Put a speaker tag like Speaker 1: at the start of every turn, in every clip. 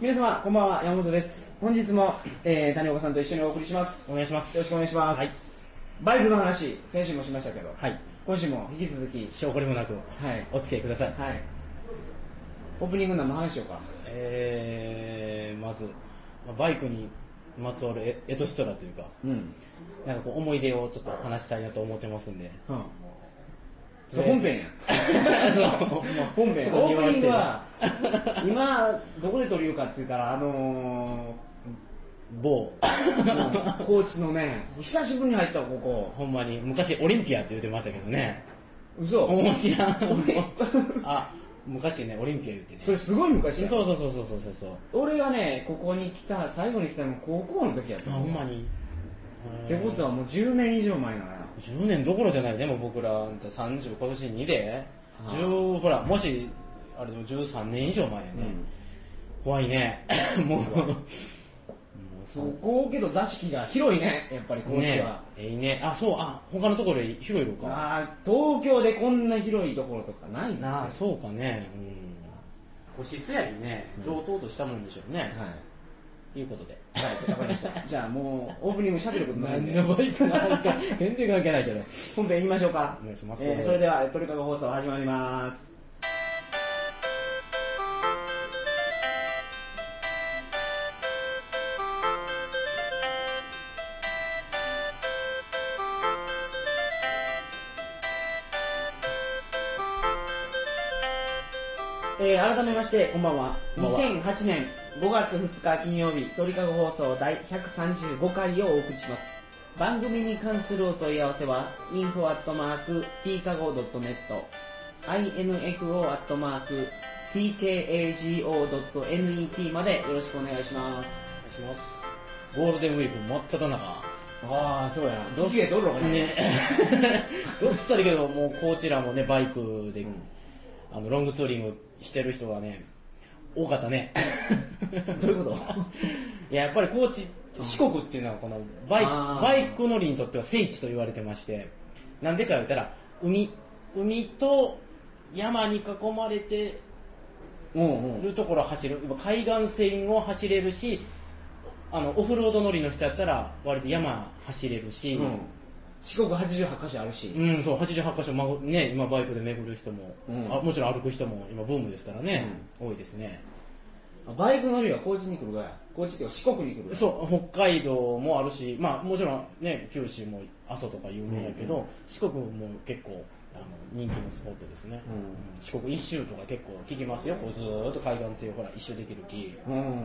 Speaker 1: 皆様、こんばんは、山本です。本日も、えー、谷岡さんと一緒にお送りします。
Speaker 2: お願いします
Speaker 1: よろしくお願いします。バイクの話、先週もしましたけど、
Speaker 2: はい。
Speaker 1: 今週も引き続き、
Speaker 2: 証拠りもなく、
Speaker 1: はい。
Speaker 2: お付き合いください。
Speaker 1: はい。オープニング何の話しようか。
Speaker 2: えー、まず、まあバイクにまつわるエエトストラというか、
Speaker 1: うん。
Speaker 2: なんかこう思い出をちょっと話したいなと思ってますんで。
Speaker 1: うん。そう、本編や。
Speaker 2: そう、もう
Speaker 1: 本編。
Speaker 2: ちょっと
Speaker 1: オー
Speaker 2: 匂
Speaker 1: プ
Speaker 2: わ
Speaker 1: ニン
Speaker 2: せ
Speaker 1: グ
Speaker 2: て
Speaker 1: は
Speaker 2: な、
Speaker 1: 今、どこで撮るかって言ったら、あの
Speaker 2: 某、
Speaker 1: ー、高知のね、久しぶりに入ったわここ。
Speaker 2: ほんまに、昔オリンピアって言ってましたけどね。
Speaker 1: 嘘
Speaker 2: 面白い。 あ、昔ね、オリンピア言ってね。
Speaker 1: そ
Speaker 2: そう
Speaker 1: れすごい昔
Speaker 2: そう
Speaker 1: や
Speaker 2: そうそうそうそうそう。
Speaker 1: 俺がねここに来た最後に来たの高校の時やった
Speaker 2: あ、ほんまに。
Speaker 1: ってことはもう10年以上前なのよ
Speaker 2: 10年どころじゃないでも僕らあんた30今年2で、
Speaker 1: あ
Speaker 2: 10ほらもしあれでも13年以上前やね、怖いねもうもう
Speaker 1: そこけど座敷が広いねやっぱり高知は、
Speaker 2: ねえいいねあそうあ他のところより広いのか
Speaker 1: あー東京でこんな広いところとかないんですよ
Speaker 2: なあそうかねうん個室やにね上等としたもんでしょうね、
Speaker 1: はい
Speaker 2: いうことで
Speaker 1: はいわかりました じゃあもうオープニングしゃべることないんで
Speaker 2: バイクなんか全然関係ないけど
Speaker 1: 本編いきましょうか
Speaker 2: お願いします
Speaker 1: えーそれでは「トリカゴ放送」始まりますえー改めましてこんばんは
Speaker 2: こんばんは
Speaker 1: 2008年5月2日金曜日鳥かご放送第135回をお送りします番組に関するお問い合わせは info.tkago.net info.tkago.net までよろしくお願いし ます
Speaker 2: お願いしますゴールデンウィーク真っ只中
Speaker 1: ああそうや
Speaker 2: どっね どっさりけど、もうこちらもね、バイクで、あのロングツーリングしてる人がね、多かったね。
Speaker 1: どういうこと
Speaker 2: いや、やっぱり高知、四国っていうのはこのバイク
Speaker 1: あー
Speaker 2: バイク乗りにとっては聖地と言われてまして、なんでか言ったら、海、海と山に囲まれて
Speaker 1: うんうん
Speaker 2: るところを走る、海岸線を走れるし、あのオフロード乗りの人やったら、割と山走れるし、
Speaker 1: うん四国88箇所あるし
Speaker 2: うん、そう、88箇所、まごね、今バイクで巡る人も、
Speaker 1: うん
Speaker 2: あもちろん歩く人も今ブームですからね、多いですね。
Speaker 1: バイク乗りは高知に来るがや高知っていうか四国に来るがや
Speaker 2: そう、北海道もあるし、まあもちろんね、九州も阿蘇とか有名やけど、四国も結構、あの人気のスポットですね、
Speaker 1: う
Speaker 2: 四国一周とか結構聞きますよ、こうずーっと海岸線をほら一周できるき。
Speaker 1: うん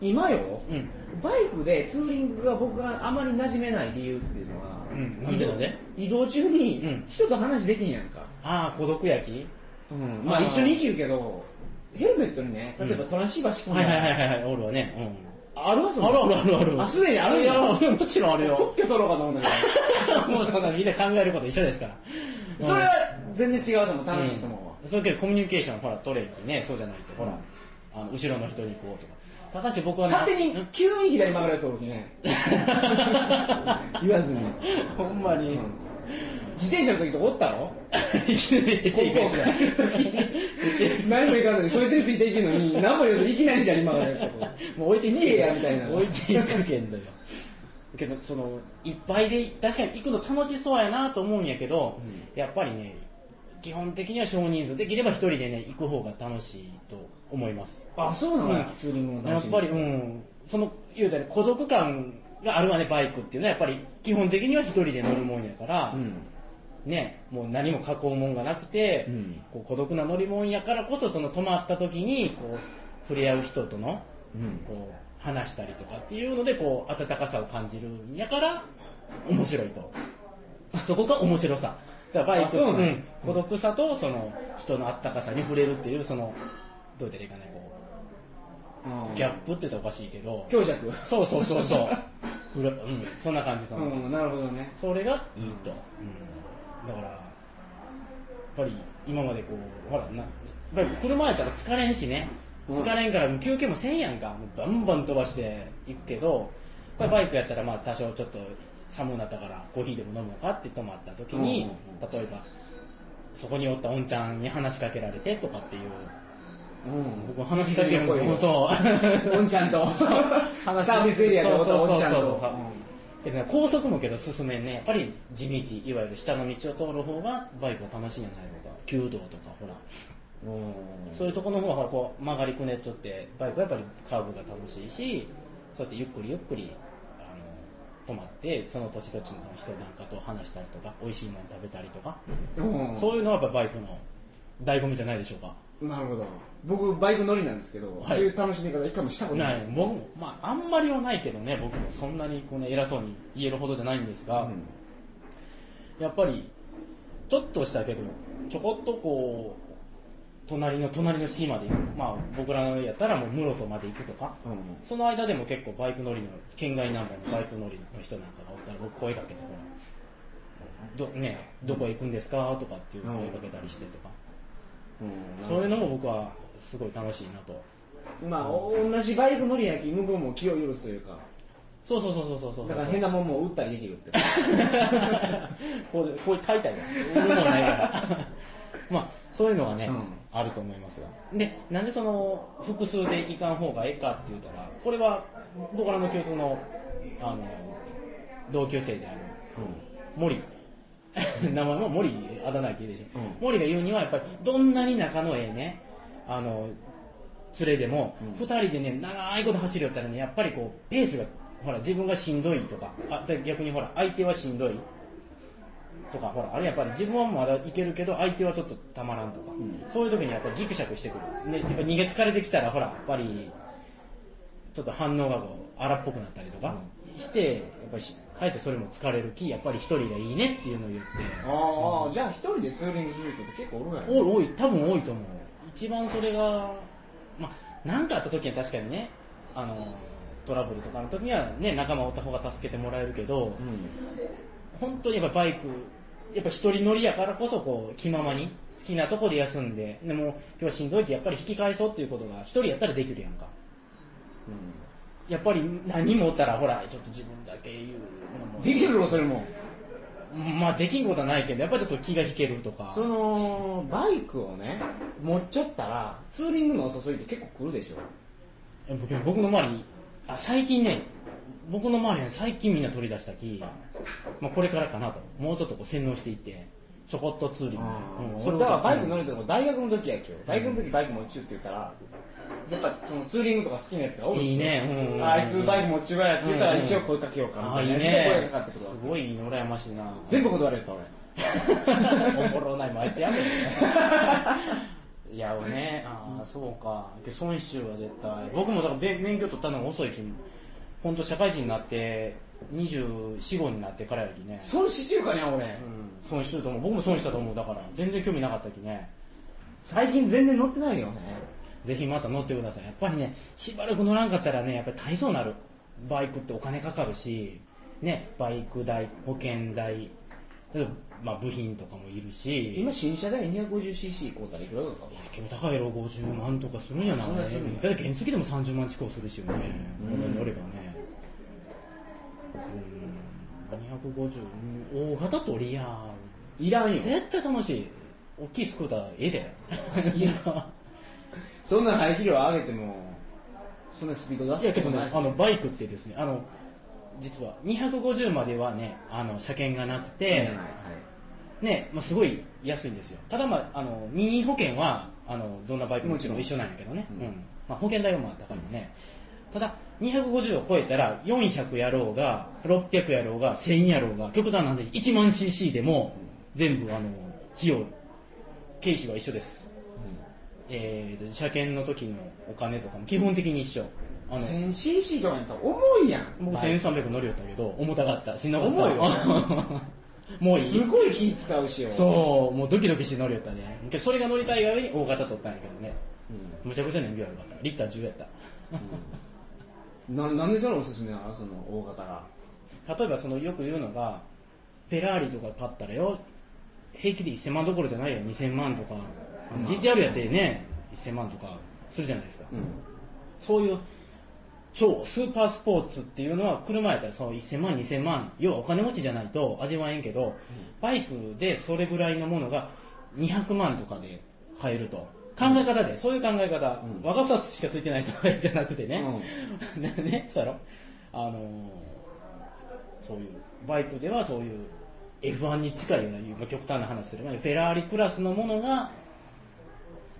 Speaker 1: 今よ、
Speaker 2: うん。
Speaker 1: バイクでツーリングが僕があまり馴染めない理由っていうのは、
Speaker 2: うんなんでなんで
Speaker 1: 移動移動中
Speaker 2: う
Speaker 1: に
Speaker 2: ん
Speaker 1: 人と話できんやんか、
Speaker 2: ああ、孤独焼き
Speaker 1: うんまあ
Speaker 2: あー
Speaker 1: 一緒に生きるけどヘルメットにね例えば
Speaker 2: うん
Speaker 1: トランシーバー仕込ん
Speaker 2: は
Speaker 1: で
Speaker 2: いはいはいはい、おるわね。うん。
Speaker 1: あるわそん
Speaker 2: あ
Speaker 1: な
Speaker 2: るあるあるある。
Speaker 1: あすでにあるん
Speaker 2: い
Speaker 1: や
Speaker 2: や、もちろんあるよ。
Speaker 1: 特許取ろうかと思うんだけ
Speaker 2: もうそんなみんな考えること一緒ですから。
Speaker 1: どそれは全然違うと思う楽しいと思うわ、
Speaker 2: うんそれけどコミュニケーションほら取れんきねそうじゃないとほら、
Speaker 1: うん
Speaker 2: あの後ろの人に行こうとかただし僕はね
Speaker 1: 勝手に
Speaker 2: うん
Speaker 1: 急に左曲がるやつおるき ね言わ ずに
Speaker 2: ほんまに、
Speaker 1: 自転車の時とかおったろ
Speaker 2: いきなりめっちゃいいやつだ
Speaker 1: 高校何も行かずにそいつについていけるのに何も言わずにいきなり左曲がるやつおる
Speaker 2: もう置いていく
Speaker 1: いいやみたいな
Speaker 2: 置いていくけんだよけどそのいっぱいで確かに行くの楽しそうやなと思うんやけど、やっぱりね基本的には少人数できれば一人でね行く方が楽しいと思います
Speaker 1: あそうなのや
Speaker 2: うん
Speaker 1: ツーリングの
Speaker 2: やっぱり、うん、その、言うたら孤独感があるわね、バイクっていうのは、やっぱり基本的には一人で乗るもんやから、
Speaker 1: うん
Speaker 2: ね、もう何も囲うもんがなくて、
Speaker 1: うん
Speaker 2: こう孤独な乗り物やからこそ、その止まった時に、こう、触れ合う人との、
Speaker 1: うん、
Speaker 2: こう、話したりとかっていうので、こう、温かさを感じるんやから、面白いと。そこが面白さ。だからバイ
Speaker 1: あ
Speaker 2: ク、
Speaker 1: そうなんや
Speaker 2: ん孤独さと、その、人の温かさに触れるっていう、その、どうやったらいいかね、こう、ギャップって言ったらおかしいけど、
Speaker 1: 強弱
Speaker 2: そうそうそうそ う、うらうん、そんな感じそんな感じ、
Speaker 1: うんなるほどね
Speaker 2: それがいいと、うんだから、やっぱり今までこう、ほら、なやっぱり車やったら疲れんしね、
Speaker 1: うん
Speaker 2: 疲れんからもう休憩もせんやんか、もうバンバン飛ばしていくけど、やっぱりバイクやったら、まあ多少ちょっと寒くなったから、コーヒーでも飲もうかって泊まった時に、
Speaker 1: うんうん
Speaker 2: 例えば、そこにおったおんちゃんに話しかけられてとかっていう
Speaker 1: うん、
Speaker 2: 僕話しかけるの
Speaker 1: 声
Speaker 2: も
Speaker 1: を
Speaker 2: そう
Speaker 1: おんちゃんと
Speaker 2: 話
Speaker 1: サービスエリアでおった
Speaker 2: そうそ
Speaker 1: お
Speaker 2: うん
Speaker 1: ち
Speaker 2: そ
Speaker 1: ゃ
Speaker 2: うんそう
Speaker 1: と
Speaker 2: でね高速もけど進めんねやっぱり地道いわゆる下の道を通る方がバイクは楽しいんじゃないのか弓道とかほら
Speaker 1: うん
Speaker 2: そういうとこの方がほらこう曲がりくねっちょってバイクはやっぱりカーブが楽しいしそうやってゆっくりゆっくりあの止まってその土地土地の人なんかと話したりとか美味しいもの食べたりとか、
Speaker 1: うん
Speaker 2: そういうのはやっぱバイクの醍醐味じゃないでしょうか
Speaker 1: なるほど僕バイク乗りなんですけど、
Speaker 2: はい
Speaker 1: そういう楽しみ方一回もしたことな
Speaker 2: ないい
Speaker 1: です、
Speaker 2: 僕も、まあ、あんまりはないけどね、僕もそんなにこう、ね、偉そうに言えるほどじゃないんですが、やっぱり、ちょっとしたけど、ちょこっとこう、隣の隣の市まで行く、まあ、僕らのやったらもう室戸まで行くとか、
Speaker 1: うんうん
Speaker 2: その間でも結構バイク乗りの、県外ナンバーのバイク乗りの人なんかがおったら、僕声かけてほら、ど、ね、どこへ行くんですかとかっていう声かけたりしてとか、
Speaker 1: うん
Speaker 2: そういうのも僕はすごい楽しいなと。
Speaker 1: まあお同じバイク乗りやき向こうも気を許すというか
Speaker 2: そうそうそうそうそうそう。
Speaker 1: だから変なもんも売ったりできるって
Speaker 2: こう、こういう大体が。そういうのないから。まあ、そういうのがね、
Speaker 1: うん
Speaker 2: あると思いますが。で、なんでその、複数でいかん方がええかって言ったら、これは、僕らの共通の、あの、同級生である、森。 名前も森、あだ名言っていいでしょ。
Speaker 1: うん
Speaker 2: 森が言うには、やっぱり、どんなに仲のええね、あの、連れでも、
Speaker 1: うん
Speaker 2: 二人でね、長いこと走るよったらね、やっぱりこう、ペースが、ほら、自分がしんどいとか、あで逆にほら、相手はしんどいとか、ほら、あれやっぱり自分はまだいけるけど、相手はちょっとたまらんとか、
Speaker 1: ん
Speaker 2: そういう時にやっぱりギクシャクしてくる。ね、やっぱ逃げ疲れてきたら、ほら、やっぱり、ちょっと反応がこう、荒っぽくなったりとかして、やっぱりし、かえってそれも疲れるき、やっぱり一人がいいねっていうのを言って、
Speaker 1: ああじゃあ一人でツーリングする人って結構おるがやろ
Speaker 2: 多い多い多分多いと思う一番それがまあ何かあった時は確かにねあのトラブルとかの時にはね仲間おった方が助けてもらえるけど
Speaker 1: うん
Speaker 2: 本当にやっぱバイクやっぱ一人乗りやからこそこう気ままに好きなとこで休んででも今日はしんどいってやっぱり引き返そうっていうことが一人やったらできるやんかやっぱり何もおったらほらちょっと自分だけ言うのも
Speaker 1: できるよそれも
Speaker 2: まあできんことはないけどやっぱちょっと気が引けるとか
Speaker 1: そのバイクをね持っちゃったらツーリングのお誘いって結構来るでしょ
Speaker 2: え僕僕の周りにあ最近ね僕の周りは最近みんな取り出したき、まあ、これからかなともうちょっとこう洗脳していってちょこっとツーリング、うん
Speaker 1: それだからバイク乗
Speaker 2: うん
Speaker 1: れたのも大学の時や今日大学の時バイク持ちゅうって言ったらやっぱそのツーリングとか好きなやつが多い
Speaker 2: いいねうんうんうん
Speaker 1: あいつバイク持ちゅうわやって言ったら一応声かけようか
Speaker 2: ああ
Speaker 1: み
Speaker 2: い
Speaker 1: た
Speaker 2: い
Speaker 1: いな
Speaker 2: ね
Speaker 1: 声がかかってく
Speaker 2: す
Speaker 1: るわ
Speaker 2: ごい羨ましいな
Speaker 1: 全部断られた俺
Speaker 2: おもろないもんあいつやめろいや俺ねああそうか孫子は絶対僕もだからべ免許取ったのが遅いき本当社会人になって245になってからよりね
Speaker 1: 損しちゅうかね俺、
Speaker 2: うん損してると思う僕も損したと思うだから全然興味なかったきね
Speaker 1: 最近全然乗ってないよね
Speaker 2: ぜひまた乗ってくださいやっぱりねしばらく乗らんかったらねやっぱり大層なるバイクってお金かかるしねバイク代保険代まあ部品とかもいるし
Speaker 1: 今新車代 250cc 買うたらいくらだか
Speaker 2: 結構高いやろ50万とかするんやな、
Speaker 1: そんなするんや
Speaker 2: だって原付でも30万近くするしよね、
Speaker 1: うん
Speaker 2: これ乗ればねうん250うん大型とリア
Speaker 1: いらんよ
Speaker 2: 絶対楽しい大きいスクーターええでいや
Speaker 1: そんな排気量上げてもそんなスピード出
Speaker 2: いや
Speaker 1: す
Speaker 2: け
Speaker 1: と
Speaker 2: ど
Speaker 1: こな
Speaker 2: ね
Speaker 1: い、し
Speaker 2: あのバイクってですね、あの実は250まではね、あの車検がなくて、
Speaker 1: はい
Speaker 2: ね、まあ、すごい安いんですよ。ただまああの任意保険はあのどんなバイクも
Speaker 1: もちろん
Speaker 2: 一緒なんやけどね。
Speaker 1: うん
Speaker 2: うんまあ保険代はまあ高いもんね。ただ250を超えたら400やろうが600やろうが1000やろうが極端なんで1万 cc でも全部あの費用経費は一緒です。えーと車検の時のお金とかも基本的に一緒。あの
Speaker 1: 1000cc とかやったら重いやん
Speaker 2: 僕
Speaker 1: バイク
Speaker 2: 1300乗りよったけど重たかったしんどかった
Speaker 1: 重い よ
Speaker 2: もういい
Speaker 1: すごい気使うしよ
Speaker 2: そうもうドキドキして乗りよったねけどそれが乗りたいが上に大型取ったんやけどね
Speaker 1: う
Speaker 2: むちゃくちゃ燃費悪かったリッター10やっ
Speaker 1: ん、ななんでそれおすすめなのその大型が
Speaker 2: た例えばそのよく言うのがフェラーリとか買ったらよ平気で1000万どころじゃないよ2000万とかあの GTR やってね1000万とかするじゃないですか
Speaker 1: うん
Speaker 2: そういう超スーパースポーツっていうのは車やったらその1000万2000万要はお金持ちじゃないと味わえんけど、バイクでそれぐらいのものが200万とかで買えると考え方で、そういう考え方、
Speaker 1: うん
Speaker 2: 我が二つしかついてないとかじゃなくてね、 ね、そうやろ、あのーそういう、バイクではそういう F1 に近いような、まあ極端な話すれば、フェラーリクラスのものが、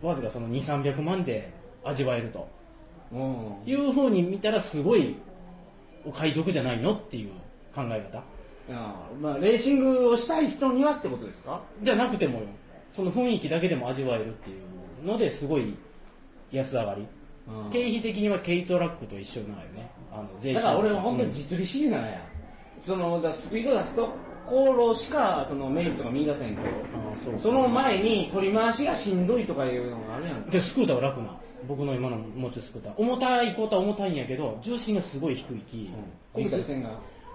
Speaker 2: わずかその2、300万で味わえると
Speaker 1: うんうん
Speaker 2: いうふうに見たら、すごいお買い得じゃないのっていう考え方。
Speaker 1: ああまあレーシングをしたい人にはってことですか
Speaker 2: じゃなくてもよその雰囲気だけでも味わえるっていうのですごい安上がり
Speaker 1: うん
Speaker 2: 経費的には軽トラックと一緒なんよねあの税金
Speaker 1: だから俺は本当に
Speaker 2: うん
Speaker 1: 実利主義なんや、そのだからスピード出すと航路しかそのメリットが見出せへんけど
Speaker 2: ああそう
Speaker 1: その前に取り回しがしんどいとかいうのがあるやん
Speaker 2: でスクーターは楽な僕の今の持ちスクーター重たいことは重たいんやけど重心がすごい低いき、
Speaker 1: こけたりせんが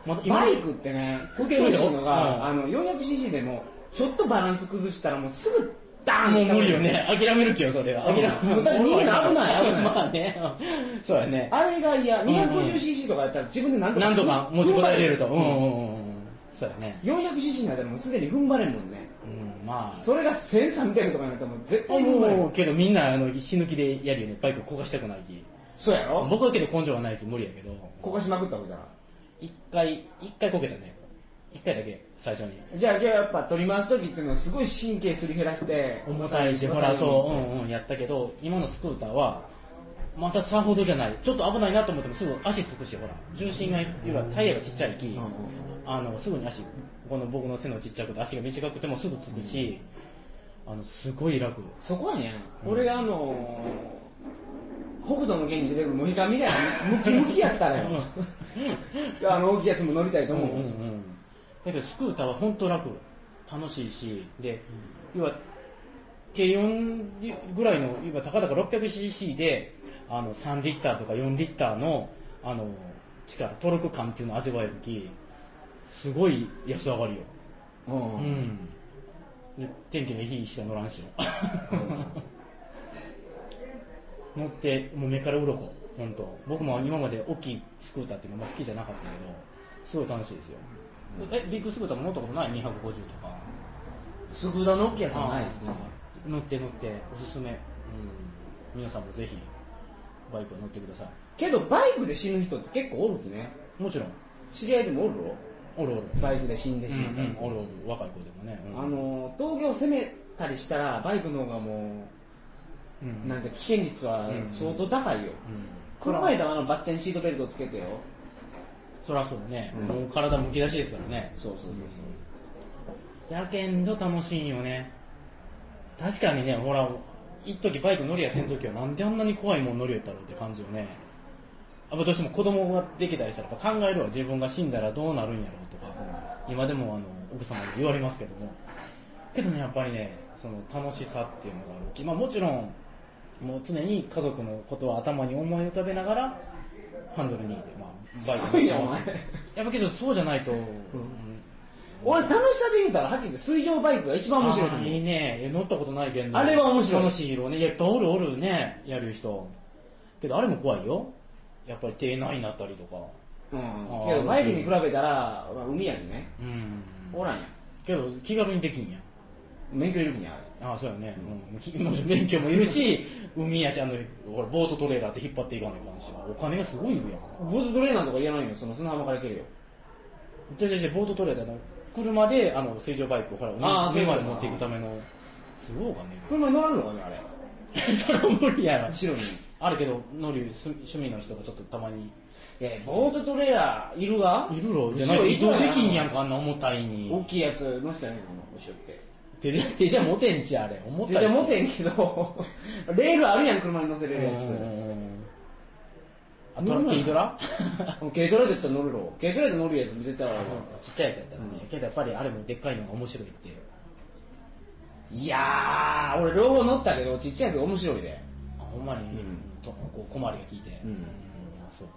Speaker 2: また今
Speaker 1: バイクってねこけるのが、あの 400cc でもちょっとバランス崩したらもうすぐダーン
Speaker 2: もう無理よね諦める気よそれは諦め
Speaker 1: うんだって逃げな危ない危ない
Speaker 2: まあねうんそうやね
Speaker 1: あれが嫌
Speaker 2: んうん
Speaker 1: 250cc とかやったら自分で何とか
Speaker 2: 何 度か持ちこたえれるとうんうんうんうんそうやね
Speaker 1: 400cc になったらもうすでに踏ん張れんもんね
Speaker 2: うんまあ
Speaker 1: それが1300とかになったらもう絶対踏ん張れん
Speaker 2: もうけどみんなあの死ぬ気でやるよねバイク焦がしたくないき
Speaker 1: そうやろ
Speaker 2: 僕はけど根性がないき無理やけど
Speaker 1: こかしまくったわけだから
Speaker 2: 一回一回こけたね一回だけ最初に
Speaker 1: じゃあ今日やっぱ取り回す時っていうのはすごい神経すり減らして
Speaker 2: 重たいしほらそううんうんやったけど今のスクーターはまたさほどじゃないちょっと危ないなと思ってもすぐ足つくしほら重心がいわゆるタイヤがちっちゃいき、
Speaker 1: うんうんうん
Speaker 2: あのすぐに足この僕の背のちっちゃくて足が短くてもすぐつくし、あのすごい楽
Speaker 1: そこはね、俺があのー、北斗の剣に出てくるモヒカンみたいなムキムキやったらよあの大きいやつも乗りたいと
Speaker 2: うん
Speaker 1: 思
Speaker 2: うんう
Speaker 1: う、
Speaker 2: ん、だけどスクーターは本当楽楽しいしで、要は軽4ぐらいの要はたかだか 600cc であの3リッターとか4リッターのあの力トルク感っていうのを味わえるきすごい安上がりよ、
Speaker 1: うん
Speaker 2: う
Speaker 1: うん
Speaker 2: ん、で天気のいい日しか乗らんしよ乗ってもう目から鱗本当僕も今まで大きいスクーターっていうのはあんま好きじゃなかったけどすごい楽しいですよ、えビッグスクーターも乗ったことない250とか
Speaker 1: スクーターの大きいやつはないですね
Speaker 2: あ乗って乗っておすすめ、うん、皆さんもぜひバイクを乗ってください
Speaker 1: けどバイクで死ぬ人って結構おるきね
Speaker 2: もちろん
Speaker 1: 知り合いでもおるろ
Speaker 2: おるおる
Speaker 1: バイクで死んで
Speaker 2: う
Speaker 1: し
Speaker 2: ん
Speaker 1: まったり、
Speaker 2: うんおるおる若い子でもね、うん
Speaker 1: あのー、峠を攻めたりしたらバイクの方がも
Speaker 2: う
Speaker 1: うんなんて危険率は相当高いよ、
Speaker 2: うん
Speaker 1: この前だあのバッテンシートベルトつけてよ
Speaker 2: そらそうね、
Speaker 1: うん
Speaker 2: もう体むき出しですからね
Speaker 1: そうそうそうそう、
Speaker 2: やけんど楽しいんよね確かにねほら一時バイク乗りやせん時はなんであんなに怖いもん乗りよったろうって感じよねやっぱどうしても子供ができたりしたらやっぱ考えるわ自分が死んだらどうなるんやろうとか今でもあの奥様に言われますけどもけどねやっぱりねその楽しさっていうのがあるきまあもちろんもう常に家族のことを頭に思い浮かべながらハンドルにまあバイク乗ってます
Speaker 1: すごいな
Speaker 2: やっぱけどそうじゃないと、
Speaker 1: 俺楽しさで言うたらはっきり言って水上バイクが一番面白いと
Speaker 2: あ
Speaker 1: 思う
Speaker 2: ーいいねいや乗ったことないけど
Speaker 1: あれは面白い
Speaker 2: 楽しい色ねいやいっぱいおるおるねやる人けどあれも怖いよやっぱり手ないなったりとか
Speaker 1: うん
Speaker 2: あー
Speaker 1: けどバイクに比べたら、まあ、海やにね
Speaker 2: うん
Speaker 1: おらんやん
Speaker 2: けど気軽にできんやん
Speaker 1: 免許いるんやあれ
Speaker 2: ああそうやね、うんき、もちろん免許もいるし海やしあのほらボートトレーラーって引っ張っていかないかんしお金がすごいいるやん
Speaker 1: ボートトレーナーとか言えないよその砂浜から行けるよ
Speaker 2: じゃじゃじゃボートトレーラーの車であの水上バイクをほら
Speaker 1: あーそうい
Speaker 2: 上
Speaker 1: うこと
Speaker 2: まで持っていくためのすごいお金い
Speaker 1: 車に乗らんのかねあれ
Speaker 2: るそれは無理やろ
Speaker 1: 後ろに
Speaker 2: あるけど乗る趣趣味の人がちょっとたまに
Speaker 1: えボートトレーラーいるが
Speaker 2: いるろ、じゃ
Speaker 1: 後
Speaker 2: な
Speaker 1: ろ
Speaker 2: い
Speaker 1: 行
Speaker 2: 移
Speaker 1: く
Speaker 2: 動
Speaker 1: わ
Speaker 2: できんやんか、あんな重たい
Speaker 1: 大
Speaker 2: に。
Speaker 1: きいやつ乗せたらいいの後ろって
Speaker 2: 手で、手じゃ持てんちあれ。重たい。
Speaker 1: 絶対持てんけど レールあるやん車に乗せれるや
Speaker 2: うんうん
Speaker 1: つ
Speaker 2: うんあとは軽ト ラ
Speaker 1: 軽トラでったら乗るろ軽トラで乗るやつ絶対ある
Speaker 2: ちっちゃいやつやったらね。けどやっぱりあれもでっかいのが面白いって。
Speaker 1: いやー俺両方乗ったけどちっちゃいやつが面白いで
Speaker 2: あ、ほんまに、
Speaker 1: ん
Speaker 2: とこう小回りが効いて。
Speaker 1: うん
Speaker 2: あそうか。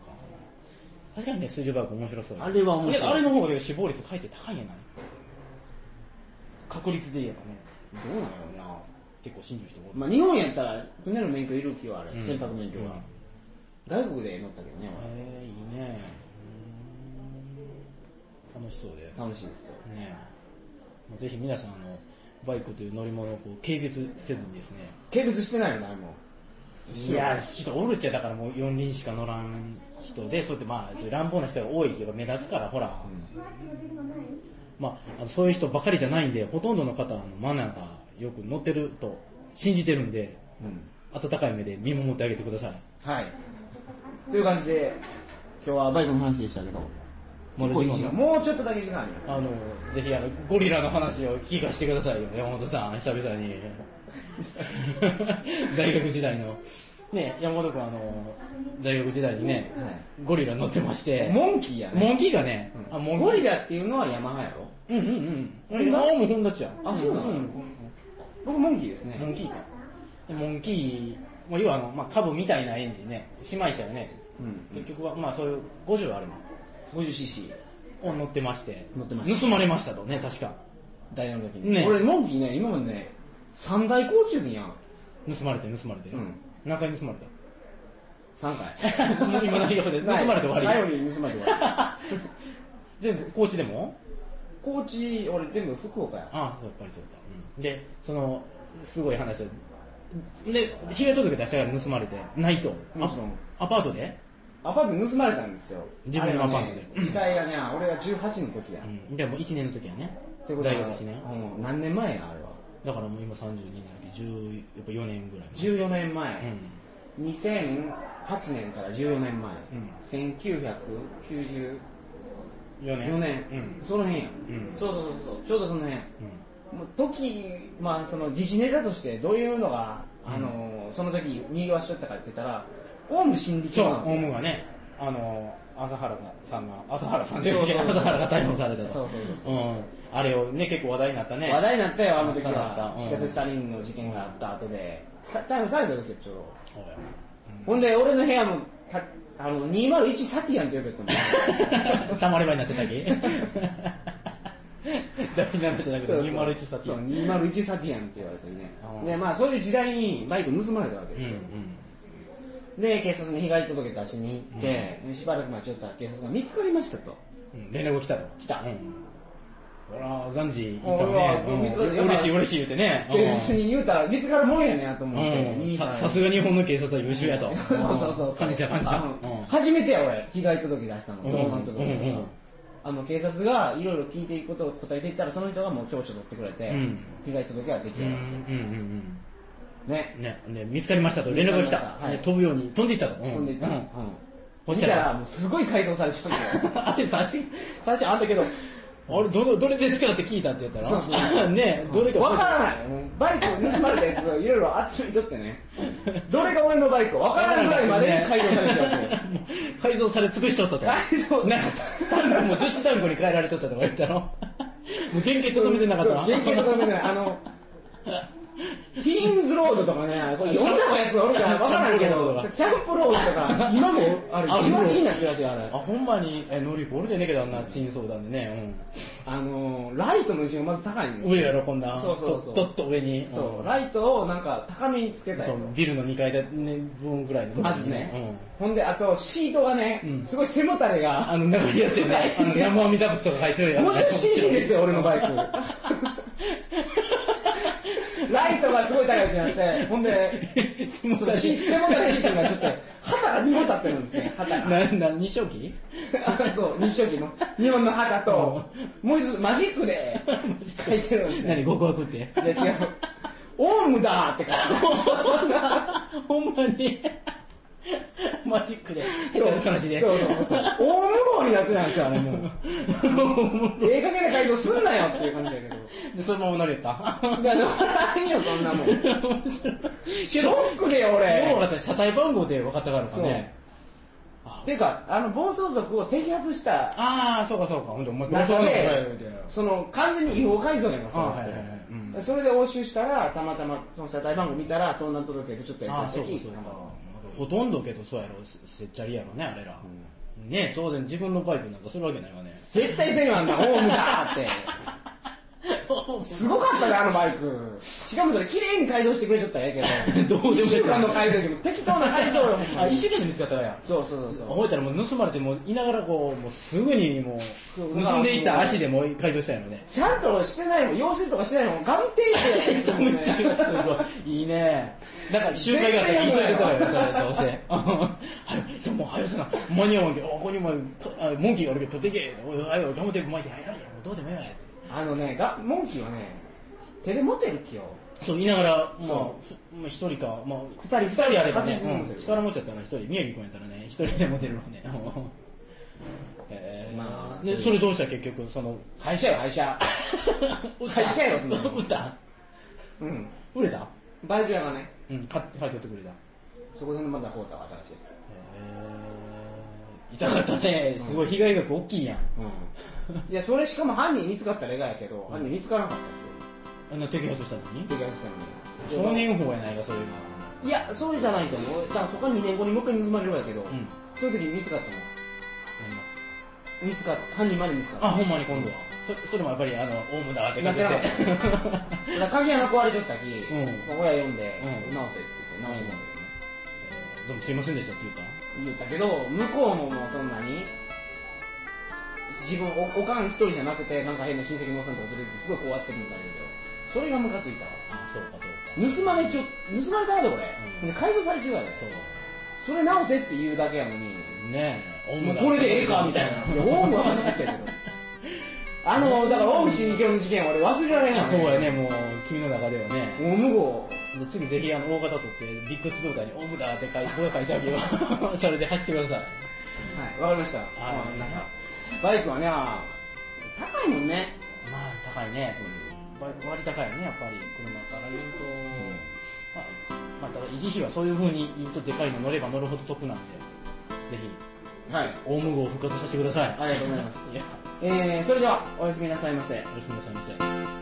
Speaker 2: 確かにね、水上バイク面白そうや
Speaker 1: あれは面白い
Speaker 2: けどあれの方が死亡率書いて高いやない確率で言えばね、
Speaker 1: どうなのよな
Speaker 2: 結構信じる人多い。
Speaker 1: まあ、日本やったら船の免許いる気はあれ、
Speaker 2: うん
Speaker 1: 船舶免許は、外国で乗ったけどね
Speaker 2: へえいいね。うん楽しそうで。
Speaker 1: 俺楽しいですよ
Speaker 2: ねえ、ぜひ皆さんあのバイクという乗り物をこう軽蔑せずにですね
Speaker 1: 軽蔑してないの何も
Speaker 2: いやちょっとおるっちゃだからもう四輪しか乗らん人でそうやってまあそういう乱暴な人が多いけど目立つからほら、まああのそういう人ばかりじゃないんでほとんどの方はあのマナーがよく乗ってると信じてるんで
Speaker 1: うん
Speaker 2: 温かい目で見守ってあげてください
Speaker 1: はいという感じで今日はバイクの話でしたけど結構いい時間もうちょっとだけ時間あります
Speaker 2: あのぜひあのゴリラの話を聞かせてくださいよ山本さん久々に 大学時代のね山本君あの大学時代にね
Speaker 1: はい
Speaker 2: ゴリラ乗ってまして
Speaker 1: モンキーやね
Speaker 2: モンキーがね、あモンキー
Speaker 1: ゴリラっていうのはヤマハやろ
Speaker 2: うんうんうん今もうホンダちゃ
Speaker 1: あそうなの、
Speaker 2: ん
Speaker 1: 僕モンキーです
Speaker 2: モン
Speaker 1: ね
Speaker 2: キーかでモンキーまあ要はあの、まあ、株みたいなエンジンね姉妹車よね
Speaker 1: うん
Speaker 2: 結局はまあそういう50ある
Speaker 1: 50cc
Speaker 2: のを乗ってまして
Speaker 1: 乗ってました
Speaker 2: 盗まれましたとね確か
Speaker 1: 大学の時に、
Speaker 2: ね
Speaker 1: 俺モンキーね今までね三大甲虫やん
Speaker 2: 盗まれて盗まれて、
Speaker 1: うん
Speaker 2: 何回盗まれた
Speaker 1: 3回
Speaker 2: もう今ないようで盗まれて終わり
Speaker 1: 最後に盗まれて終 わ
Speaker 2: 全部高知でも
Speaker 1: り高知俺全部福岡や
Speaker 2: ああやっぱりそうか、うんでそのすごい話でで被害届出したから盗まれてないと
Speaker 1: もちろん
Speaker 2: あアパートで、
Speaker 1: アパート盗まれたんですよ
Speaker 2: 自分のアパート
Speaker 1: あ
Speaker 2: で
Speaker 1: れはね時代がね俺が18の時や、
Speaker 2: うん、でも1年の時はね
Speaker 1: って
Speaker 2: 大
Speaker 1: こ
Speaker 2: 学
Speaker 1: とは
Speaker 2: 1年
Speaker 1: うん、何年前やあれは
Speaker 2: だからもう今32になるけど10やっぱ4年ぐらい前
Speaker 1: 14年前、
Speaker 2: う
Speaker 1: 2008年から14年前、
Speaker 2: ん
Speaker 1: 1994
Speaker 2: 4年
Speaker 1: 年、
Speaker 2: うん
Speaker 1: その辺や、
Speaker 2: うん
Speaker 1: そうそうそうそうちょうどその辺もう時まあその時事ネタとしてどういうのが、あのその時にぎわしとったかって言ったらオウム真理
Speaker 2: そ
Speaker 1: 教な
Speaker 2: う
Speaker 1: の
Speaker 2: オウムがねあの朝原さんが朝原さん
Speaker 1: そうそうそう
Speaker 2: 朝原が逮捕されたと
Speaker 1: そうそうそう
Speaker 2: うん、あれをね結構話題になったね
Speaker 1: 話題になったよあの時
Speaker 2: なったな
Speaker 1: は
Speaker 2: ったうん
Speaker 1: 地下鉄サリンの事件があった後でさ逮捕された時はちょうど
Speaker 2: おい
Speaker 1: ほんで俺の部屋もたあの201サティアンって呼べたもん
Speaker 2: たまればになっちゃったっけ第7じゃなくて
Speaker 1: そうそう
Speaker 2: 201サ
Speaker 1: そう201サティアンって言われてね
Speaker 2: あー
Speaker 1: でまあそういう時代にバイク盗まれたわけ
Speaker 2: うん
Speaker 1: で
Speaker 2: う
Speaker 1: すよ、
Speaker 2: ん
Speaker 1: で警察に被害届出しに行って、しばらく待ちよったら警察が見つかりましたと
Speaker 2: うん連絡来たと
Speaker 1: 来た
Speaker 2: うんほら暫時いた
Speaker 1: おうわ
Speaker 2: ねうん
Speaker 1: 見つかったよ
Speaker 2: 嬉しい嬉しい言ってね
Speaker 1: 警察に言うたら見つかるもんやねんと
Speaker 2: う
Speaker 1: 思って、
Speaker 2: んう
Speaker 1: 見
Speaker 2: ん
Speaker 1: に行っ
Speaker 2: さ
Speaker 1: た
Speaker 2: さすが日本の警察は優秀や と
Speaker 1: そうそうそうそう
Speaker 2: 感謝感謝
Speaker 1: あの
Speaker 2: うん
Speaker 1: 初めてや俺被害届出したの
Speaker 2: うん
Speaker 1: 公判届
Speaker 2: うんうん
Speaker 1: あの警察がいろいろ聞いていくことを答えていったらその人がもう調書取ってくれて、
Speaker 2: うん
Speaker 1: 被害届は出来
Speaker 2: うん
Speaker 1: 上
Speaker 2: うん
Speaker 1: がっ
Speaker 2: うん
Speaker 1: たね
Speaker 2: うんねね見つかりましたと連絡が来
Speaker 1: 見つかりま
Speaker 2: た
Speaker 1: したはい
Speaker 2: ね飛ぶように飛んでいったと飛
Speaker 1: 飛んでいった、
Speaker 2: う
Speaker 1: うん
Speaker 2: ん
Speaker 1: 見たらもうすごい改造されちゃうよ
Speaker 2: あれ写真写真あったけどあれどのどれですかって聞いたって言ったら
Speaker 1: そうそ
Speaker 2: ねどれか
Speaker 1: わからないもうバイクを盗まれたやつをいろいろ集めとってねどれが俺のバイクかわからないぐらいまでに改造されちゃうよ
Speaker 2: もう改造され尽くしちゃったと
Speaker 1: 改造
Speaker 2: なんかタンクも女子タンクに変えられちゃったとか言ったのも う原型とどめてなかったな
Speaker 1: そう原型とどめてないあのティーンズロードとかねこれ読んだやつおる から分からんけどキャンプロードとか今もある
Speaker 2: ある
Speaker 1: 気まずいな気がしてあれ
Speaker 2: あほんまにえノリボールじゃねえけどあんなチンソーダでね、
Speaker 1: あのライトの位置がまず高いん
Speaker 2: う
Speaker 1: で
Speaker 2: ん、
Speaker 1: す
Speaker 2: 上
Speaker 1: よ
Speaker 2: やろこんな
Speaker 1: そうそうそう
Speaker 2: ととっと上に
Speaker 1: そう
Speaker 2: イ
Speaker 1: ライトをなんか高めにつけたい
Speaker 2: そうビルの2階で、ね、分ぐらいのとこ
Speaker 1: ま
Speaker 2: ろ
Speaker 1: ず
Speaker 2: に
Speaker 1: ね、
Speaker 2: うん
Speaker 1: ほんであとシートがね、
Speaker 2: うん
Speaker 1: すごい背もたれが
Speaker 2: あの長いやつよねあの山を見た物とか書いてるやつ
Speaker 1: 50cc ですよ俺のバイクライトがすごい高い位置になってほんで
Speaker 2: 背も
Speaker 1: そ
Speaker 2: た
Speaker 1: の
Speaker 2: れ
Speaker 1: シート背もたれシートになってて旗が2本立ってるんですね旗が
Speaker 2: なな二正期
Speaker 1: そう、日照機の日本の旗と、もう一つマジックで書いてるんですね。
Speaker 2: 何極悪って
Speaker 1: いや違う。オウムだーって書いてる。
Speaker 2: ほんまにマジックで下手くそな字で
Speaker 1: そうそうそう。オウム号になってたんですよ、あれもう。ええ加減な改造すんなよっていう感じだけど。
Speaker 2: でそのまま乗れた
Speaker 1: いや、でもないよ、そんなもん。ショックで
Speaker 2: よう分
Speaker 1: 俺。
Speaker 2: かった車体番号で分かったからか
Speaker 1: そう
Speaker 2: ね。
Speaker 1: っていうか、あの、暴走族を摘発した
Speaker 2: ああそうかそうかほんでお前
Speaker 1: 中
Speaker 2: 暴走族の
Speaker 1: で
Speaker 2: ぐらいだよ、
Speaker 1: その、完全に違法改造やんか、それって
Speaker 2: あはいはいはいうん
Speaker 1: それで押収したら、たまたま、その車体番号見たら、盗難届でちょっとや
Speaker 2: ああ
Speaker 1: つ
Speaker 2: そ
Speaker 1: や
Speaker 2: う
Speaker 1: っ
Speaker 2: か
Speaker 1: てき
Speaker 2: そうかほとんどけどそうやろせせっちゃりやろねあれら、ね当然自分のバイクなんかするわけないわね
Speaker 1: 絶対せんよあんなホームだーってすごかったね、あのバイク。しかもそれ、綺麗に改造してくれちゃったらええけど、
Speaker 2: どうでもいい
Speaker 1: 1週間の改造でも適当な改造よ、ほんま
Speaker 2: あ
Speaker 1: に
Speaker 2: 一生懸命見つかったからや
Speaker 1: そうそうそうそう。
Speaker 2: 覚えたらもう盗まれてもういながらこうもうすぐにもう盗んでいった足でもう改造したいのね
Speaker 1: ちゃんとしてないもん、溶接とかしてないもん、ガムテープやったりするもん
Speaker 2: めっ
Speaker 1: ね
Speaker 2: ちゃすごいいいねだから集会があったら急いでこいよそれどうせはいいやもう早せな間に合わんけどここにもあモンキーがおるけど取っていけおいはい頑張って巻いてはいはいもうどうでもええわ
Speaker 1: あのね、がモンキーはね、手で持てる気よ。
Speaker 2: そう言いながら、まあ、
Speaker 1: そ
Speaker 2: まあ一人か、まあ、
Speaker 1: 二人
Speaker 2: 二人あれば
Speaker 1: 確
Speaker 2: ね
Speaker 1: 実に持て、
Speaker 2: う
Speaker 1: る
Speaker 2: ん力持っちゃったな、一人、宮城君やったら ね、一人で持てるわね。えー
Speaker 1: まあ
Speaker 2: で
Speaker 1: それ
Speaker 2: それどうした結局、その、
Speaker 1: 会社よ、会社。
Speaker 2: 歌
Speaker 1: 会社よそんなの
Speaker 2: 売った
Speaker 1: うん。
Speaker 2: 売れた
Speaker 1: バイク屋がね、
Speaker 2: うん、買って、買ってってくれた。
Speaker 1: そこでまだ買うたわ、新しいやつ。
Speaker 2: えー痛かったね、すごい被害額大きいやん。
Speaker 1: うん。いや、それしかも犯人見つかったらええがやけど、犯人見つからなかったんですよ。
Speaker 2: あんな摘発したのに
Speaker 1: って言われてた
Speaker 2: 少
Speaker 1: のに。
Speaker 2: 年法やないか、それが。
Speaker 1: いや、そうじゃないと思う。だからそこは2年後にもう一回盗まれるわやけど、
Speaker 2: うん。
Speaker 1: その時に見つかったの。見つかった。犯人まで見つかった。
Speaker 2: あ、ほんまに今度は。そそれもやっぱり、あの、オウムだって
Speaker 1: なってなかっ
Speaker 2: かけて
Speaker 1: た。だから鍵穴壊れとったき、
Speaker 2: ん
Speaker 1: そこ親呼んで、
Speaker 2: うん
Speaker 1: 直せって言って直してもらったけどね。
Speaker 2: えーどうもすいませんでしたって言うか
Speaker 1: 言ったけど向こうももうそんなに自分おおかん一人じゃなくてなんか変な親戚のおっさんとか連れてってすごい高圧的になるんだけどそれがムカついたわ
Speaker 2: あ、そうかそうか。
Speaker 1: 盗まれちょ盗まれたらでこ
Speaker 2: う
Speaker 1: れ、で改造されちゅうわね
Speaker 2: そ
Speaker 1: そ
Speaker 2: う。
Speaker 1: れ直せって言うだけやのに
Speaker 2: ねえ、
Speaker 1: もうこれでええかみたいないやオウムはまずかったやけどあのだからオウム真理教の事件俺忘れられない、
Speaker 2: あそうやね、もう、君の中ではね。
Speaker 1: もう無謀
Speaker 2: で次ぜひあの大型取ってビッグスローターに「オムだ」って書いて僕が書いてあげよ うそれで走ってくださ
Speaker 1: は
Speaker 2: い
Speaker 1: いわかりました
Speaker 2: あの
Speaker 1: うんなんかバイクはね高いもんね、
Speaker 2: まあ高いね割割高いよねやっぱり車から言うと、まあ、まあただ維持費はそういうふうに言うとでかいの乗れば乗るほど得なんでぜひ
Speaker 1: はい
Speaker 2: オウム号を復活させてください
Speaker 1: ありがとうございます
Speaker 2: いや
Speaker 1: えー、それではおやすみなさいませ
Speaker 2: よろしくお願いします